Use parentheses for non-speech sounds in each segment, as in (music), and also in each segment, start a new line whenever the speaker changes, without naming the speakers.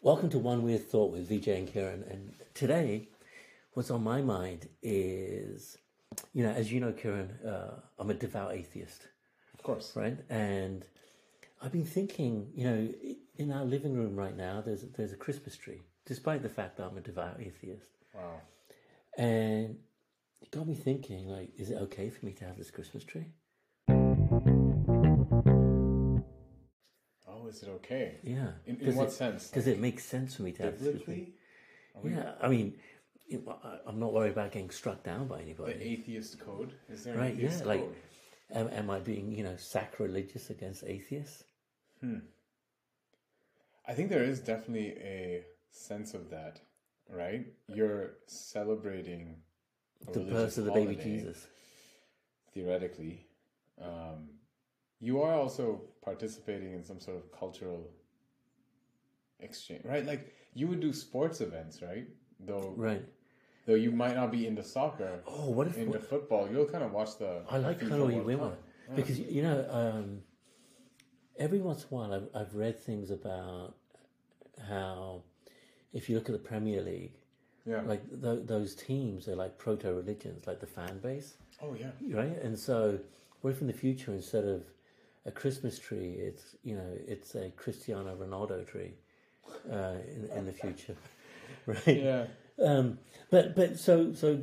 Welcome to One Weird Thought with Vijay and Karen. And today, what's on my mind is, you know, as you know, Karen, uh, I'm a devout atheist,
Of course.
right? And I've been thinking, you know, i- in our living room right now, there's there's a Christmas tree, despite the fact that I'm a devout atheist.
Wow.
And it got me thinking, like, is it okay for me to have this Christmas tree?
Oh, is it okay?
Yeah.
In- in
Does
what
it,
sense?
Because it makes sense for me to have this Christmas tree.
Biblically,
Yeah, I mean, it, I- I'm not worried about getting struck down by anybody.
the atheist code. Is there an
Right, yeah.
atheist
Like,
code?
am, am I being, you know, sacrilegious against atheists?
I think there is definitely a sense of that, right? You're celebrating a
The
religious
birth of the baby
Oh, holiday,
Jesus.
Theoretically, um, you are also participating in some sort of cultural exchange, right? Like you would do sports events, right? Though,
Right.
though you might not be into soccer,
Oh, what if.
into football, you'll kind of watch the.
I like
FIFA
kind of where you
World
went
Cup.
with it. Because, you know, um, every once in a while I've, I've read things about how if you look at the Premier League,
Yeah.
like th- those teams are like proto religions, like the fan base.
oh yeah.
right? And so, what if in the future, instead of a Christmas tree, it's you know, it's a Cristiano Ronaldo tree uh, in, in the future, (laughs) right?
Yeah.
Um, but but so so,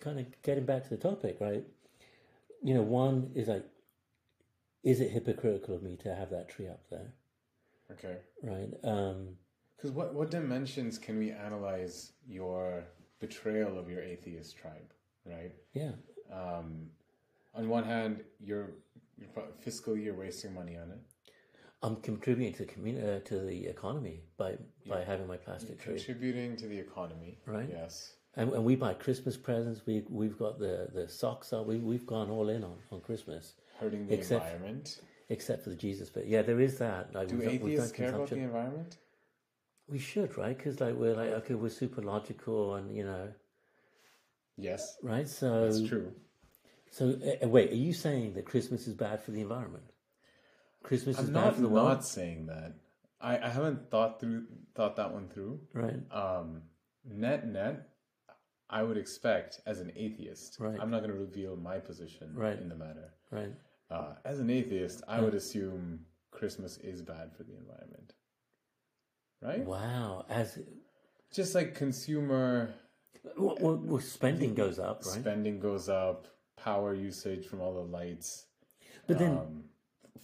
kind of getting back to the topic, right? You know, one is like, is it hypocritical of me to have that tree up there,
Okay.
right? Um,
Because what what dimensions can we analyze your betrayal of your atheist tribe, right?
yeah,
Um, on one hand, you're, you're pro- fiscally you're wasting money on it,
I'm contributing to the community uh, to the economy by by having my plastic tree.
contributing to the economy,
Right.
Yes.
And, and we buy Christmas presents. We we've got the the socks up. We we've gone all in on, on Christmas,
Hurting the
Except-
environment.
except for the Jesus bit. Yeah, there is that. Like
Do
we've, done- we've done
atheists care about the
consumption.
environment?
We should, right? Because like we're like okay, we're super logical, and you know,
Yes,
right? So
it's true.
so uh, uh, wait, are you saying that Christmas is bad for the environment? Christmas is
I'm
bad
not
for the world,
not saying that. I, I haven't thought through thought that one through.
right?
um, net net, I would expect as an atheist.
Right.
I'm not going to reveal my position
Right.
in the matter.
Right.
Uh, as an atheist, I would assume Christmas is bad for the environment, right?
Wow. As
Just like consumer
well, well, well, spending goes up, right?
spending goes up, power usage from all the lights,
But then,
um,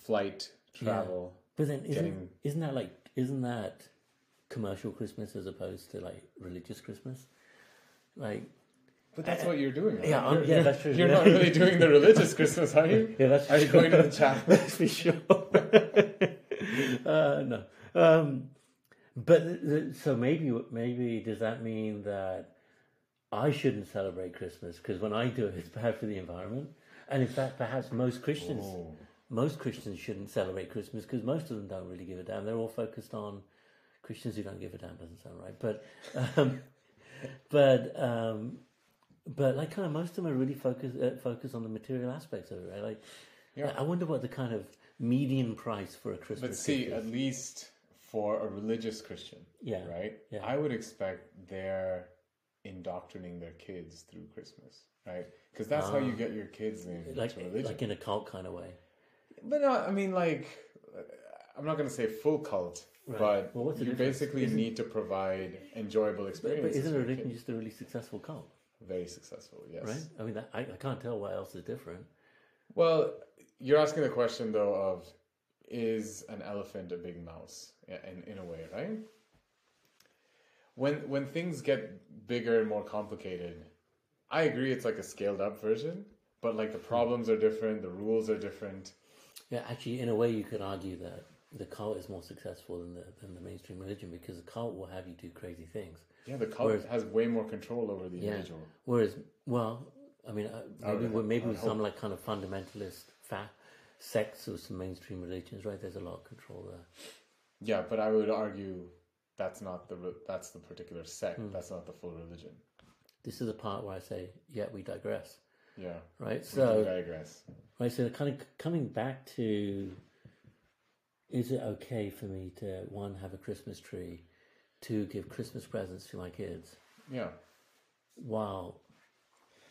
flight travel.
but then, isn't
getting-
isn't that like isn't that commercial Christmas as opposed to like religious Christmas? Like
But that's what you're doing. Right?
Yeah, I'm-
You're-
yeah, that's true.
You're not
Yeah.
really doing the religious Christmas, are
(laughs)
you?
Yeah, that's
Are you
true.
going to the
(laughs)
chapel?
That's for sure. uh, no, um, but th- th- so maybe maybe does that mean that I shouldn't celebrate Christmas because when I do it, it's bad for the environment, and in fact, perhaps most Christians
Oh.
most Christians shouldn't celebrate Christmas because most of them don't really give a damn. They're all focused on Christians who don't give a damn. Doesn't sound right, but um, (laughs) but um, but like kind of most of them are really focused uh, focused on the material aspects of it, right? Like,
Yeah.
I wonder what the kind of median price for a Christmas.
But see,
gift
at
is.
least for a religious Christian,
Yeah.
right?
Yeah.
I would expect they're indoctrinating their kids through Christmas, right? Because that's how you get your kids into
Ah. like
religion.
like in a cult kind of way.
but no, I mean, like, uh, I'm not going to say full cult, but
Well, what's the
you
difference?
basically need to provide enjoyable
But,
experiences.
but isn't
for your
religion
kids.
just a really successful cult?
very successful? Yes.
Right? I mean, that, I, I can't tell what else is different.
Well, you're asking the question though of is an elephant a big mouse Yeah, in, in a way, right? When when things get bigger and more complicated, I agree it's like a scaled up version, but like the
Hmm.
problems are different, the rules are different.
Yeah, actually, in a way, you could argue that the cult is more successful than the than the mainstream religion because the cult will have you do crazy things.
Yeah, the cult
Whereas-
has way more control over the
Yeah.
individual.
Whereas, well, I mean, uh, maybe
would-
we're- maybe
I
with
would
some like kind of fundamentalist fa- sects or some mainstream religions, right? There's a lot of control there.
Yeah, but I would argue that's not the re- that's the particular sect.
Hmm.
That's not the full religion.
This is the part where I say, yeah, we digress,
Yeah.
right?
We can
So,
digress.
right, so kind of coming back to, is it okay for me to one have a Christmas tree, to give Christmas presents to my kids
Yeah.
while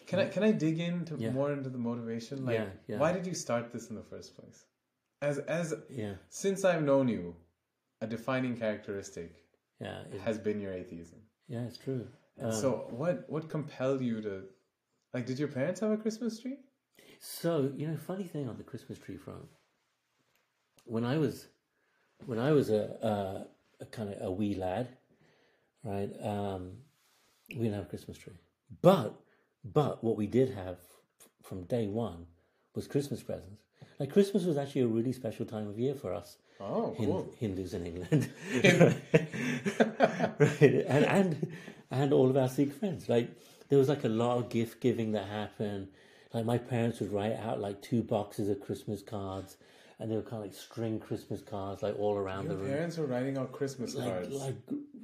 Can I can I dig into
Yeah.
more into the motivation? Like,
Yeah, yeah.
why did you start this in the first place? As as
yeah
since I've known you, a defining characteristic
yeah it,
has been your atheism.
yeah it's true. Um,
so what what compelled you to like did your parents have a Christmas tree?
So you know, funny thing on the Christmas tree front. When I was, when I was a a, a kind of a wee lad, right? Um, we didn't have a Christmas tree, but but what we did have f- from day one was Christmas presents. Like Christmas was actually a really special time of year for us
Oh,
Hin-
cool.
Hindus in
(laughs)
England, right? And and and all of our Sikh friends. Like there was like a lot of gift giving that happened. Like my parents would write out like two boxes of Christmas cards, and they would kind of like string Christmas cards like all around
Your
the room.
parents were writing out Christmas
Like,
cards.
like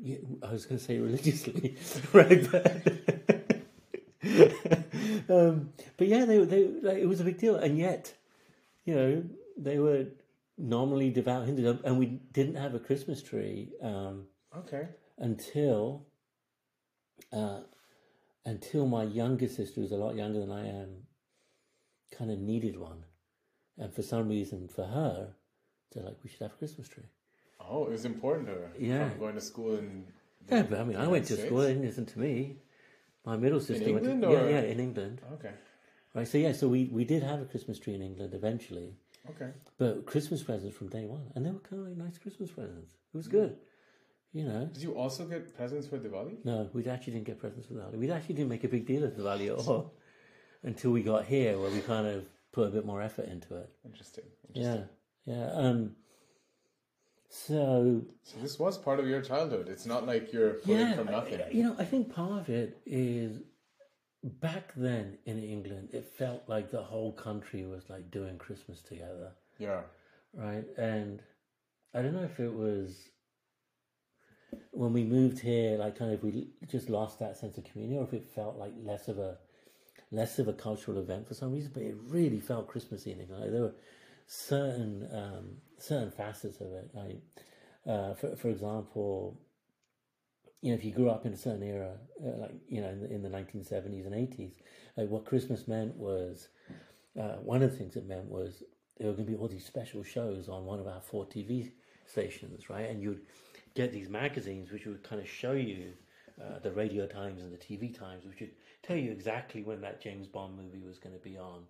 yeah, I was going to say religiously, (laughs) right? But, (laughs) um, but yeah, they they like, it was a big deal, and yet, you know, they were normally devout Hindus, and we didn't have a Christmas tree um,
okay.
until uh, until my younger sister, who's a lot younger than I am, kind of needed one, and for some reason, for her, they're like, we should have a Christmas tree.
Oh, it was important to her.
Yeah.
From going to school in
Yeah, but I mean, I went to
United
school. It
States?
isn't to me. My middle sister went.
England
to,
or-
Yeah, yeah, in England.
Okay.
Right. So yeah, so we we did have a Christmas tree in England eventually,
Okay.
but Christmas presents from day one, and they were kind of like nice Christmas presents. It
Hmm.
was good, you know.
Did you also get presents for Diwali?
No, we actually didn't get presents for Diwali. We actually didn't make a big deal of Diwali at all (laughs) until we got here, where we kind of put a bit more effort into it.
Interesting. Interesting.
Yeah, yeah. Um. So
So this was part of your childhood. It's not like you're pulling from nothing.
I- you know, I think part of it is back then in England, it felt like the whole country was like doing Christmas together,
yeah.
right? And I don't know if it was when we moved here, like kind of we just lost that sense of community, or if it felt like less of a less of a cultural event for some reason. But it really felt Christmassy in England. Like there were certain um, certain facets of it. Like, uh, for for example, you know, if you grew up in a certain era, uh, like you know, in the, in the 1970s and 80s, like what Christmas meant was uh, one of the things it meant was there were going to be all these special shows on one of our four TV stations, right? And you'd get these magazines which would kind of show you uh, the radio times and the TV times, which would tell you exactly when that James Bond movie was going to be on.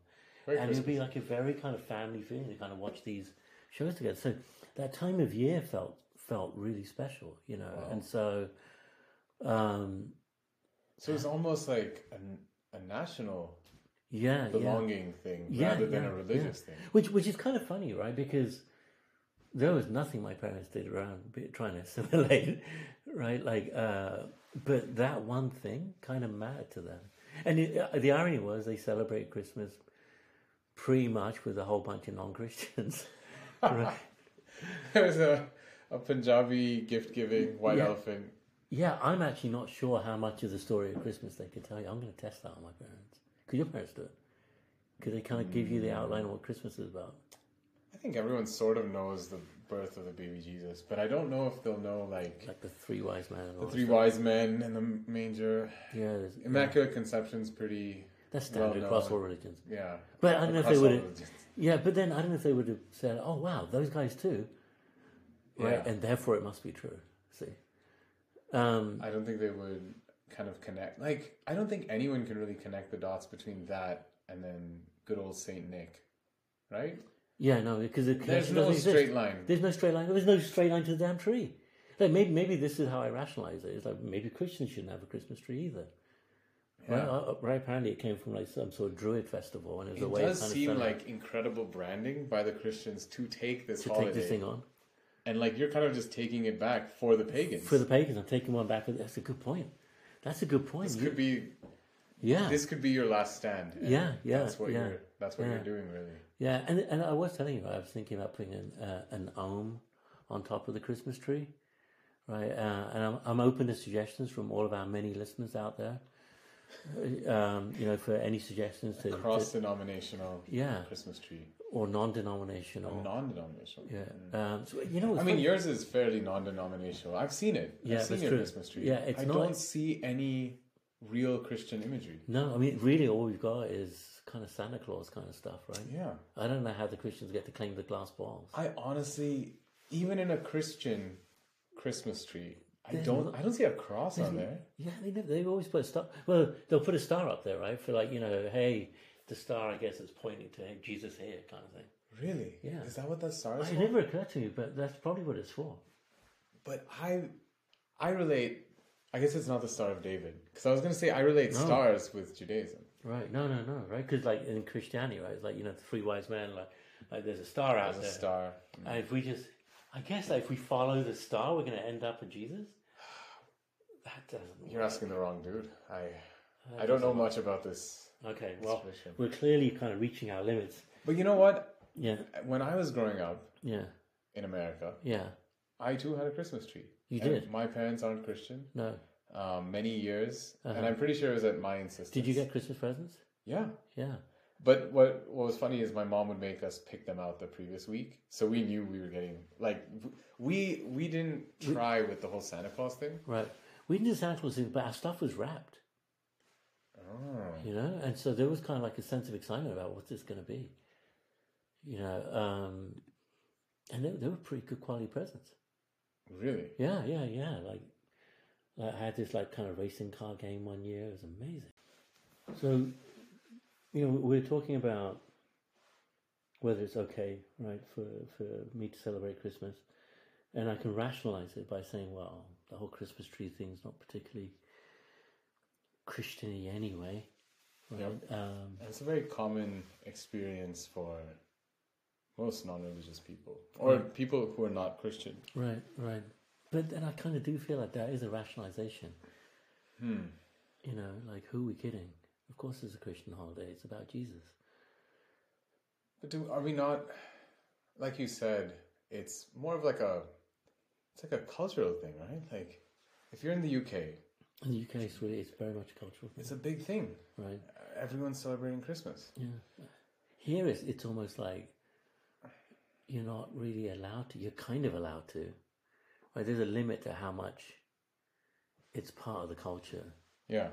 Very
and it would be like a very kind of family feeling to kind of watch these shows together. So that time of year felt felt really special, you know. And so um
So it's almost like a, a national
yeah, yeah.
belonging thing
Yeah,
rather than
yeah,
a religious thing. (laughs)
Which which is kind of funny, right? Because there was nothing my parents did around be- trying to (laughs) assimilate, right? Like, uh, but that one thing kind of mattered to them. And it, uh, the irony was they celebrated Christmas pretty much with a whole bunch of non-Christians, (laughs) right?
There's a, a Punjabi gift giving white
Yeah.
elephant.
Yeah, I'm actually not sure how much of the story of Christmas they could tell you. I'm going to test that on my parents. Could your parents do it? Could they kind of give you the outline of what Christmas is about?
I think everyone sort of knows the birth of the baby Jesus, but I don't know if they'll know like
Like the three wise men and all
the
that
three
stuff?
wise men and the manger.
Yeah, there's-
Immaculate Conception's pretty.
That's standard
Well,
across
no.
all religions.
Yeah.
But I don't know if
Across
they
all
would e- have.
religions.
Yeah, but then I don't know if they would have said, "Oh wow, those guys too," right?
Yeah.
And therefore, it must be true. See, um,
I don't think they would kind of connect. Like, I don't think anyone can really connect the dots between that and then good old Saint Nick, right?
yeah, no, because the
There's
connection
no
doesn't
straight
exist.
line.
There's no straight line. There's no straight line to the damn tree. Like maybe, maybe this is how I rationalize it. It's like maybe Christians shouldn't have a Christmas tree either. Right, uh, right. Apparently, it came from like some sort of Druid festival, and it was a
It
way of
does
kind of
seem
selling-
like incredible branding by the Christians to take this
to
holiday,
take this thing on
and like you're kind of just taking it back for the pagans.
for the pagans. I'm taking one back. That's a good point. That's a good point.
this
You-
could be
yeah,
this could be your last stand. and
Yeah, yeah,
That's what
yeah,
you're that's what
yeah.
you're doing, really.
Yeah, and and I was telling you, I was thinking about putting an uh, an ohm on top of the Christmas tree, right? Uh, and I'm I'm open to suggestions from all of our many listeners out there. um, you know, for any suggestions to,
Cross
to-
denominational
yeah,
Christmas tree.
or non-denominational.
Non denominational.
yeah, um, so you know,
Mm. I
it's
mean,
funny-
yours is fairly non-denominational. I've seen it.
Yeah,
I've seen
that's
your
true.
Christmas tree.
Yeah, it's
I
not-
don't see any real Christian imagery.
no, I mean, really, all we've got is kind of Santa Claus kind of stuff, right?
Yeah,
I don't know how the Christians get to claim the glass balls.
I honestly, even in a Christian Christmas tree, I don't. I don't see a cross on there.
Yeah, they never, they always put a star. Well, they'll put a star up there, right? For like you know, hey, the star. I guess it's pointing to hey, Jesus here, kind of thing.
Really?
Yeah.
Is that what that star is?
It
for?
never occurred to me, but that's probably what it's for.
But I, I relate. I guess it's not the Star of David because I was going to say I relate stars with Judaism.
Right? No, no, no. Right? Because like in Christianity, right? It's like you know, the three wise men. Like, like there's a star out
As a
there.
star,
And if we just, I guess, like, if we follow the star, we're going to end up with Jesus. That doesn't.
you're asking the wrong dude. I, I don't know much about this.
Okay. Well,
Expression.
we're clearly kind of reaching our limits.
But you know what?
Yeah.
When I was growing up
Yeah.
in America,
Yeah.
I too had a Christmas tree.
You
And
did?
My parents aren't Christian.
No.
Um, many years, and I'm pretty sure it was at my insistence.
Uh-huh. Did you get Christmas presents?
Yeah,
Yeah.
but what what was funny is my mom would make us pick them out the previous week, so we knew we were getting like w- we we didn't try with the whole Santa Claus thing.
Right. We didn't do Santa Claus thing, but our stuff was wrapped,
Oh,
you know? And so there was kind of like a sense of excitement about what's this going to be, you know? Um, and they, they were pretty good quality presents.
really?
Yeah, yeah, yeah. Like, like I had this like kind of racing car game one year. It was amazing. So, you know, we're talking about whether it's okay, right, for for me to celebrate Christmas, and I can rationalize it by saying, well, the whole Christmas tree thing's not particularly Christiany anyway. Right? Um,
It's a very common experience for most non-religious people or people who are not Christian.
right, right. But then I kind of do feel like that is a rationalization.
Hmm.
You know, like who are we kidding? Of course, it's a Christian holiday. It's about Jesus.
But do, are we not, like you said, it's more of like a, it's like a cultural thing, right? Like, if you're in the UK,
In the UK, it's really it's very much a cultural, thing,
it's a big thing.
right?
Everyone's celebrating Christmas.
Yeah. Here, it's it's almost like you're not really allowed to. You're kind of allowed to. Right? There's a limit to how much it's part of the culture,
Yeah.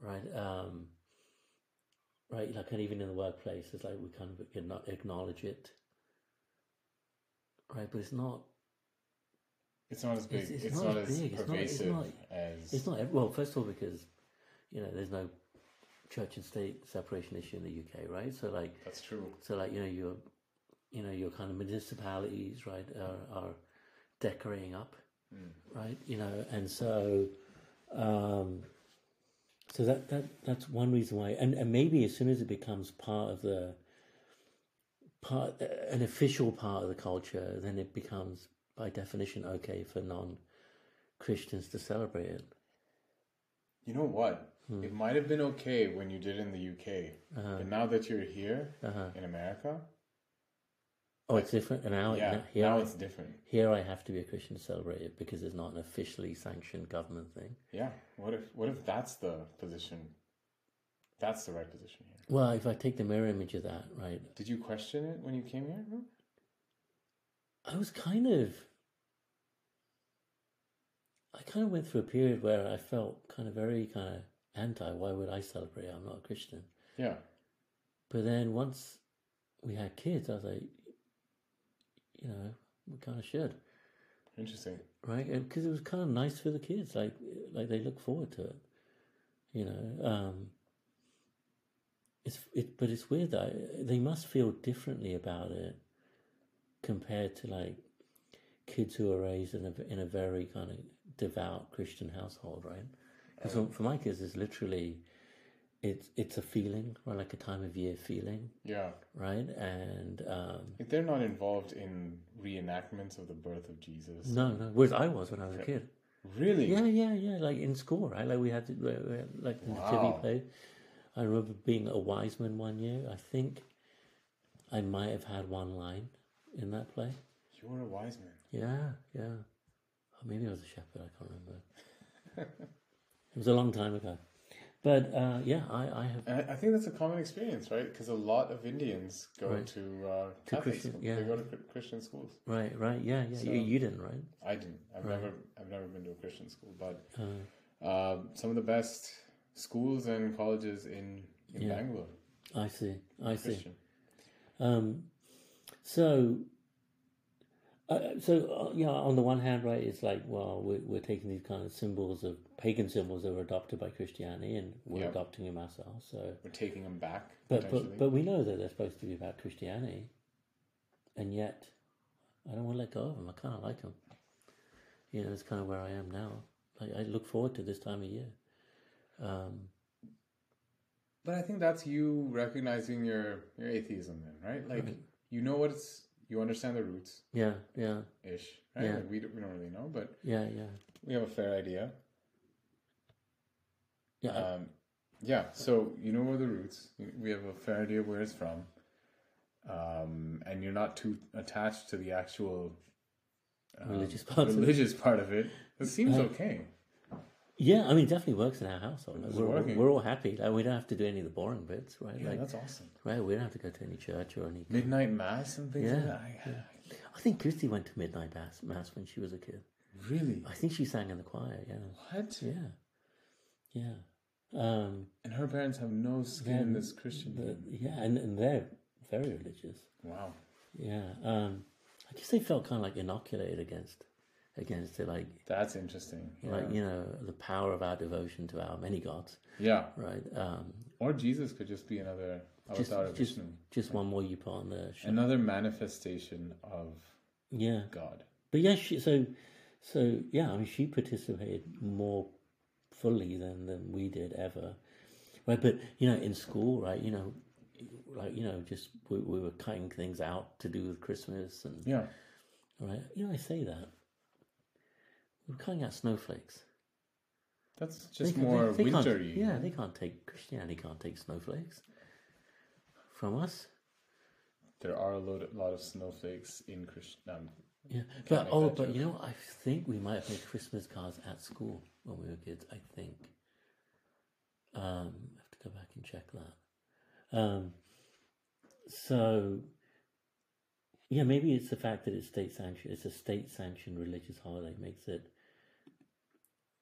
right? Um, right? Like, and even in the workplace, it's like we kind of can not acknowledge it, right? But it's not.
It's not as big.
It's-
It's,
it's
not, as
big, it's not- it's
pervasive
not-
as.
It's not. Well, first of all, because you know, there's no church and state separation issue in the UK, right? So, like.
that's true.
So like you know your, you know your kind of municipalities right are, are decorating up, right? You know, and so, um, so that that that's one reason why, and and maybe as soon as it becomes part of the part uh, an official part of the culture, then it becomes by definition okay for non Christians to celebrate it.
You know what?
Hmm.
It might have been okay when you did it in the UK,
Uh,
but now that you're here in America,
uh-huh. Oh, it's different. And now,
yeah,
now- here,
now
I,
it's different.
here I have to be a Christian to celebrate it because it's not an officially sanctioned government thing.
Yeah. What if? What if that's the position? That's the right position here.
Well, if I take the mirror image of that, right,
Did you question it when you came here?
Hmm.
No?
I was kind of. I kind of went through a period where I felt kind of very kind of anti. Why would I celebrate? I'm not a Christian.
Yeah.
But then once we had kids, I was like, you know, we kind of should,
Interesting.
right? Because it was kind of nice for the kids. Like, like they look forward to it, you know. Um, it's it, but it's weird. That I, they must feel differently about it compared to like kids who are raised in a in a very kind of devout Christian household, right? Because for my kids, it's literally it's it's a feeling, right? Like a time of year feeling,
Yeah.
right? And um,
Like they're not involved in reenactments of the birth of Jesus.
no, no. Whereas I was when I was a kid.
Really?
Hmm. Yeah, yeah, yeah. Like in school, right? Like we had, to, we we had like the nativity
Wow.
play. I remember being a wise man one year. I think I might have had one line in that play.
You were a wise man.
Yeah, yeah. Oh, Or (laughs) maybe I was a shepherd. I can't remember. it was a long time ago. But uh, yeah, I, I have
And I, I think that's a common experience, right? Because a lot of Indians go
Right.
to, uh, Catholic
Christian-
school.
yeah.
They go to Chr- Christian schools.
right, right, yeah, yeah.
So-
you, you didn't, right?
I didn't. I've
Right.
never. I've never been to a Christian school, but
Uh,
um, some of the best schools and colleges in in
Yeah.
Bangalore
I see, I see.
Christian.
Um, so, uh, so uh, yeah. On the one hand, right, it's like, well, we're, we're taking these kind of symbols of pagan symbols that were adopted by Christianity, and we're
Yeah.
adopting them ourselves. So,
We're taking them back
but
potentially.
but but we know that they're supposed to be about Christianity, and yet, I don't want to let go of them. I kind of like them. You know, it's kind of where I am now. Like, I look forward to this time of year. Um,
But I think that's you recognizing your your atheism, then, right? Like
Right.
you know what it's. You understand the roots
yeah, yeah,
ish, right?
Yeah.
Like we don't, we don't really know, but
yeah, yeah,
we have a fair idea.
yeah. I-
Um, yeah, so you know where the roots. We have a fair idea where it's from, um, and you're not too attached to the actual um,
Religious part of it.
religious part of it. It seems okay.
Yeah, I mean, it definitely works in our household. Like,
It's
we're,
working.
we're all happy. Like, we don't have to do any of the boring bits, right?
Yeah,
like,
that's awesome.
right, we don't have to go to any church or any.
Midnight mass and things. like
Yeah,
that. I,
I think Christy went to midnight mass, mass when she was a kid.
I- really.
I think she sang in the choir. Yeah,
What?
yeah, yeah. Um,
And her parents have no skin in this Christian.
but
thing.
yeah, and, and they're very religious.
Wow.
Yeah, um, I guess they felt kind of like inoculated against, against it, like,
That's interesting. Yeah.
like you know, the power of our devotion to our many gods,
yeah.
right? Um,
Or Jesus could just be another
just,
avatar of
just,
Vishnu.
just one more you put on the. Sh-
Another manifestation of
yeah.
God.
But yeah, she, so so yeah, I mean, she participated more fully than than we did ever, right? But you know, in school, right? You know, like you know, just we, we were cutting things out to do with Christmas and
Yeah.
right. You know, I say that we were cutting out snowflakes.
That's
They
just
can't-
more
they can't-
wintry.
Yeah, they can't take Christianity. Can't take snowflakes from us.
There are a lot, a lot of snowflakes in Christian. Um,
Yeah, but
make
oh,
that
but
joke.
you know, I think we might have made Christmas cards at school when we were kids. I think. Um, I have to go back and check that. Um, so, yeah, maybe it's the fact that it's state sanctioned. It's a state sanctioned religious holiday makes it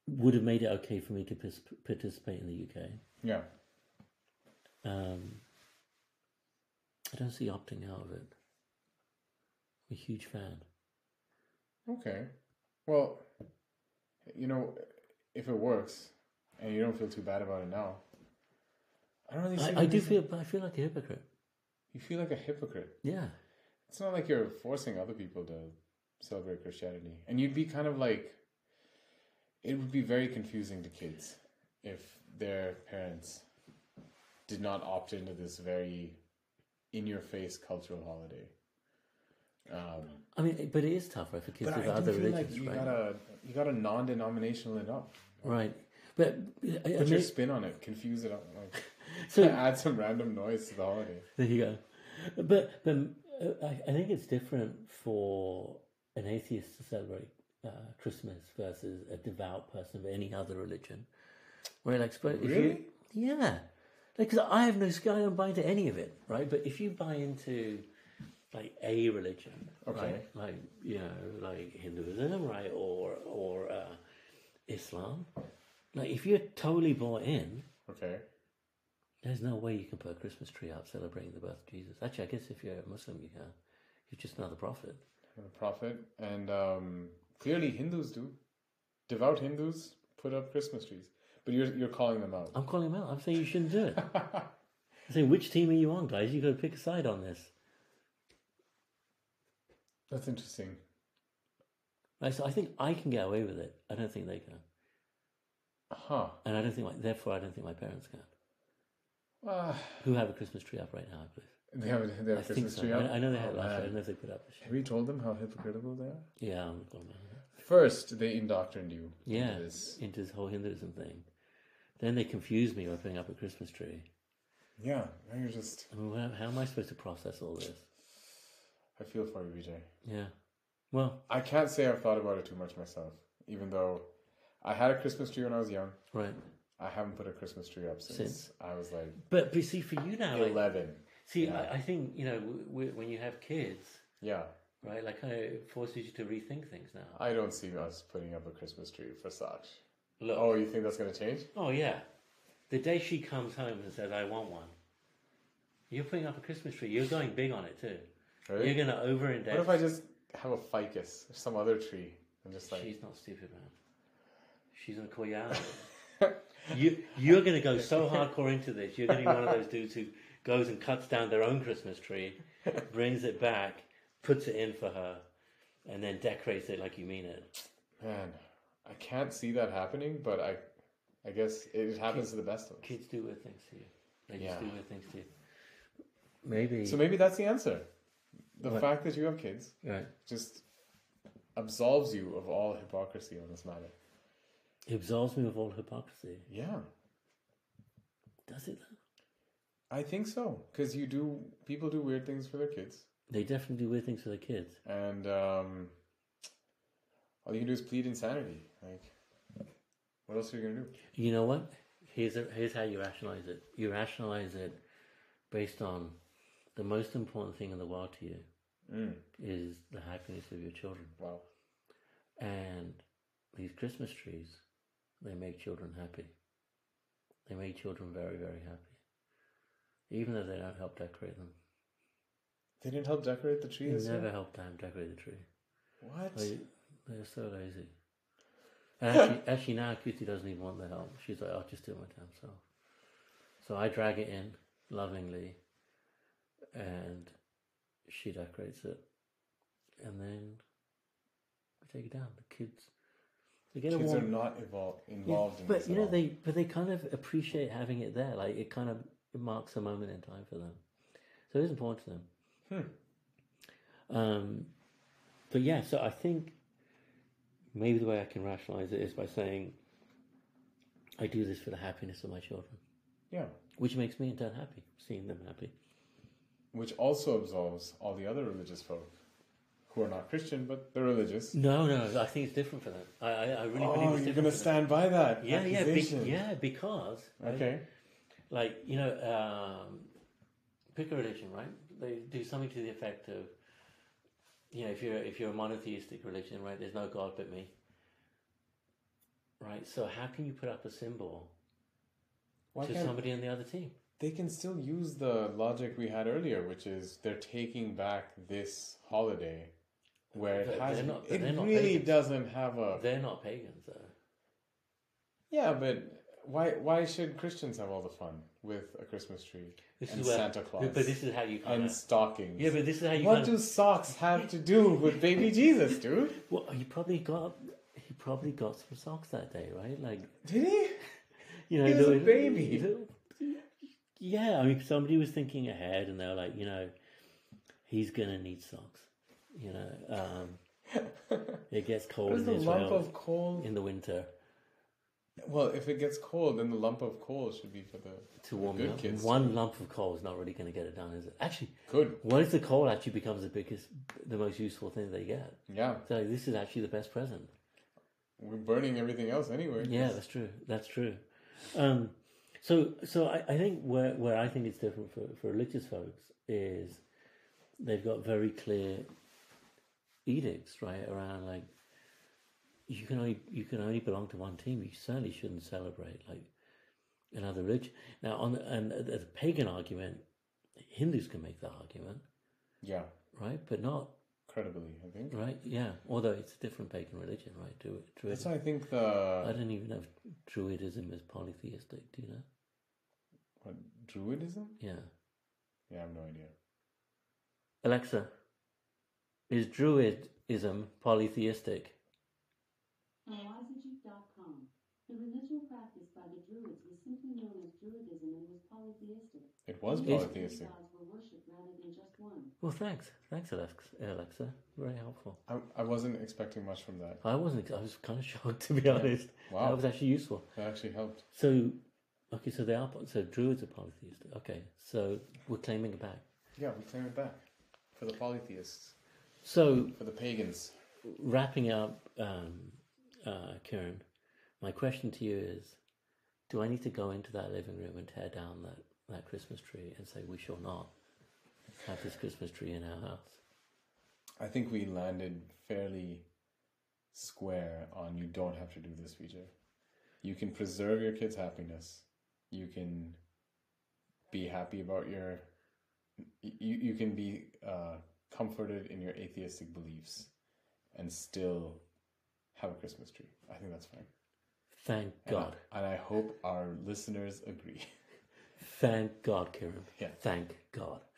would have made it okay for me to pers- participate in the UK.
yeah,
Um, I don't see opting out of it. I'm a huge fan.
okay. Well, you know, if it works and you don't feel too bad about it now, I don't really see. the
I, I do
reason-
feel, but I feel like a hypocrite.
You feel like a hypocrite.
Yeah.
It's not like you're forcing other people to celebrate Christianity, and you'd be kind of like. It would be very confusing to kids if their parents did not opt into this very in-your-face cultural holiday. Um,
I mean, but it is tough, right, for kids
But
with
I do
other
feel
religions,
like you
right?
gotta you gotta non-denominational it up.
Right. But I, I
Put your
mean,
spin on it, confuse it up,
(laughs)
like
so
add some random noise to the holiday.
there you go. But but uh, I, I think it's different for an atheist to celebrate uh, Christmas versus a devout person of any other religion. Where like, spo- if you,
Really?
yeah, because I have no sky, I don't buy into any of it, right? But if you buy into like a religion,
Okay.
right? Like you know, like Hinduism, right, or or uh, Islam. Like if you're totally bought in,
Okay.
there's no way you can put a Christmas tree up celebrating the birth of Jesus. Actually, I guess if you're a Muslim, you can. You're just another prophet.
And the prophet and um, clearly Hindus do. Devout Hindus put up Christmas trees, but you're you're calling them out. (laughs)
I'm calling him out. I'm saying you shouldn't do it. I'm saying, which team are you on, guys? You've got to pick a side on this.
That's interesting.
Right, so I think I can get away with it. I don't think they can.
Huh.
And I don't think, my, therefore, I don't think my parents can.
Ah,
Who have a Christmas tree up right now, I believe.
they have they have
I think
Christmas
so.
tree up.
I, I know they had it
Oh,
last year. I
man.
don't know if they put it up this year.
Have you told them how hypocritical they are?
Yeah, I'm going on.
First, they indoctrinate you. into
Yeah,
this.
into this whole Hinduism thing. Then they confused me by putting up a Christmas tree.
Yeah. Now you're just.
I mean, wha- how am I supposed to process all this?
I feel for you, Vijay.
Yeah. Well,
I can't say I've thought about it too much myself, even though I had a Christmas tree when I was young.
right.
I haven't put a Christmas tree up since,
Since.
I was like
But, but see, for you now, like,
eleven.
see,
yeah.
I, I think you know w- w- when you have kids,
Yeah,
right? Like, kind of forces you to rethink things now.
I don't see us putting up a Christmas tree for Sach.
Look,
Oh, you think that's gonna change?
Oh yeah, the day she comes home and says, "I want one," you're putting up a Christmas tree. You're going big on it too.
Really?
You're going to over-index.
What if I just have a ficus or some other tree and just like
She's not stupid, man. She's going to (laughs) call you out. you you're going to go so hardcore into this. You're going to be one of those dudes who goes and cuts down their own Christmas tree, brings it back, puts it in for her, and then decorates it like you mean it.
man, I can't see that happening, but I, I guess it happens to the best of us.
Kids do weird things to you. They
Yeah.
just do weird things to you. Maybe.
So maybe that's the answer. The
What?
fact that you have kids
right.
just absolves you of all hypocrisy on this matter.
It absolves me of all hypocrisy.
Yeah,
Does it? though?
I think so. Because you do, people do weird things for their kids,
They definitely do weird things for their kids.
and um, all you can do is plead insanity. Like, what else are you gonna do?
You know what? Here's a, here's how you rationalize it. You rationalize it based on the most important thing in the world to you
Mm.
is the happiness of your children.
Wow.
And these Christmas trees, they make children happy. They make children very, very happy. Even though they don't help decorate them.
They didn't help decorate the tree
You
this
never
year.
help them decorate the tree.
What?
They, they're so lazy. And
(laughs)
actually, actually now Cutie doesn't even want the help. She's like, I'll just do it my damn self. So I drag it in lovingly, and she decorates it, and then we take it down. The kids, they get a
Kids are
warm.
not evol- involved in
but
this
you
at
know
all.
they, but they kind of appreciate having it there. Like it kind of marks a moment in time for them, so it is important to them.
Hmm.
Um, but yeah, so I think maybe the way I can rationalize it is by saying, I do this for the happiness of my children,
Yeah,
which makes me in turn happy, seeing them happy.
which also absolves all the other religious folk who are not Christian, but they're religious.
No, no, I think it's different for them. I, I, I really believe
Oh,
it's
you're
different.
gonna
for them.
stand by that?
Yeah, yeah, be,
accusation.
yeah, because right,
Okay.
like you know, um, pick a religion, right? They do something to the effect of, you know, if you're if you're a monotheistic religion, right? There's no God but me, right? So how can you put up a symbol
Why
to
can't
somebody on the other team?
they can still use the logic we had earlier, which is they're taking back this holiday where
But
it has
they're not- but
it
they're not
really
pagans.
doesn't have a
They're not pagans, though.
yeah, but why why should Christians have all the fun with a Christmas tree
This
and
is where,
Santa Claus
But this is how you kind
and
of.
stockings?
Yeah, but this is how you
what
kind
do socks have to do with baby
(laughs)
Jesus, dude?
Well, he probably got he probably got some socks that day, right? Like
Did he?
you know,
He was a
little-
baby.
little- yeah, I mean, somebody was thinking ahead, and they were like, you know, he's gonna need socks. You know, um,
(laughs)
it gets cold
There's
in
a lump
Israel
of coal.
in the winter
Well, if it gets cold, then the lump of coal should be for the
to warm
Good
it up.
kids.
One lump of coal is not really going to get it done, is it? Actually,
good.
what if the coal actually becomes the biggest, the most useful thing they get?
Yeah,
So like, this is actually the best present.
we're burning everything else anyway.
Yeah, that's true. That's true. Um, so, so I, I think where where I think it's different for, for religious folks is they've got very clear edicts, right, around like you can only you can only belong to one team. You certainly shouldn't celebrate like another religion. Now, on the, and the the pagan argument, Hindus can make that argument,
yeah,
right, but not
credibly, I think.
right. Yeah, although it's a different pagan religion, right? Dru-
That's
Druidism.
why I think
I
the
don't even know if Druidism is polytheistic. Do you know?
what, Druidism.
Yeah.
Yeah, I have no idea.
Alexa, is Druidism polytheistic?
Wisejig.com. The religion practiced by the Druids was simply known as Druidism and was polytheistic.
It was
Yes.
polytheistic.
Gods were worshipped rather than just one.
Well, thanks. Thanks, Alexa. Alexa. Very helpful.
I, I wasn't expecting much from that.
I wasn't, I was kind of (laughs) shocked, to be honest.
Wow.
That was actually useful.
That actually helped.
So, okay, so they are, po- so Druids are polytheistic. Okay, so we're claiming it back.
Yeah, we claim it back for the polytheists,
So,
for the pagans.
wrapping up, um, uh, Kieran, my question to you is do I need to go into that living room and tear down that, that Christmas tree and say we shall not have this Christmas tree in our house?
I think we landed fairly square on you don't have to do this, Vijay. You can preserve your kids' happiness. You can be happy about your. You, you can be uh, comforted in your atheistic beliefs and still have a Christmas tree. I think that's fine.
Thank
And I-
God.
And I hope our listeners agree. (laughs)
Thank God, Kieran.
Yeah.
Thank God.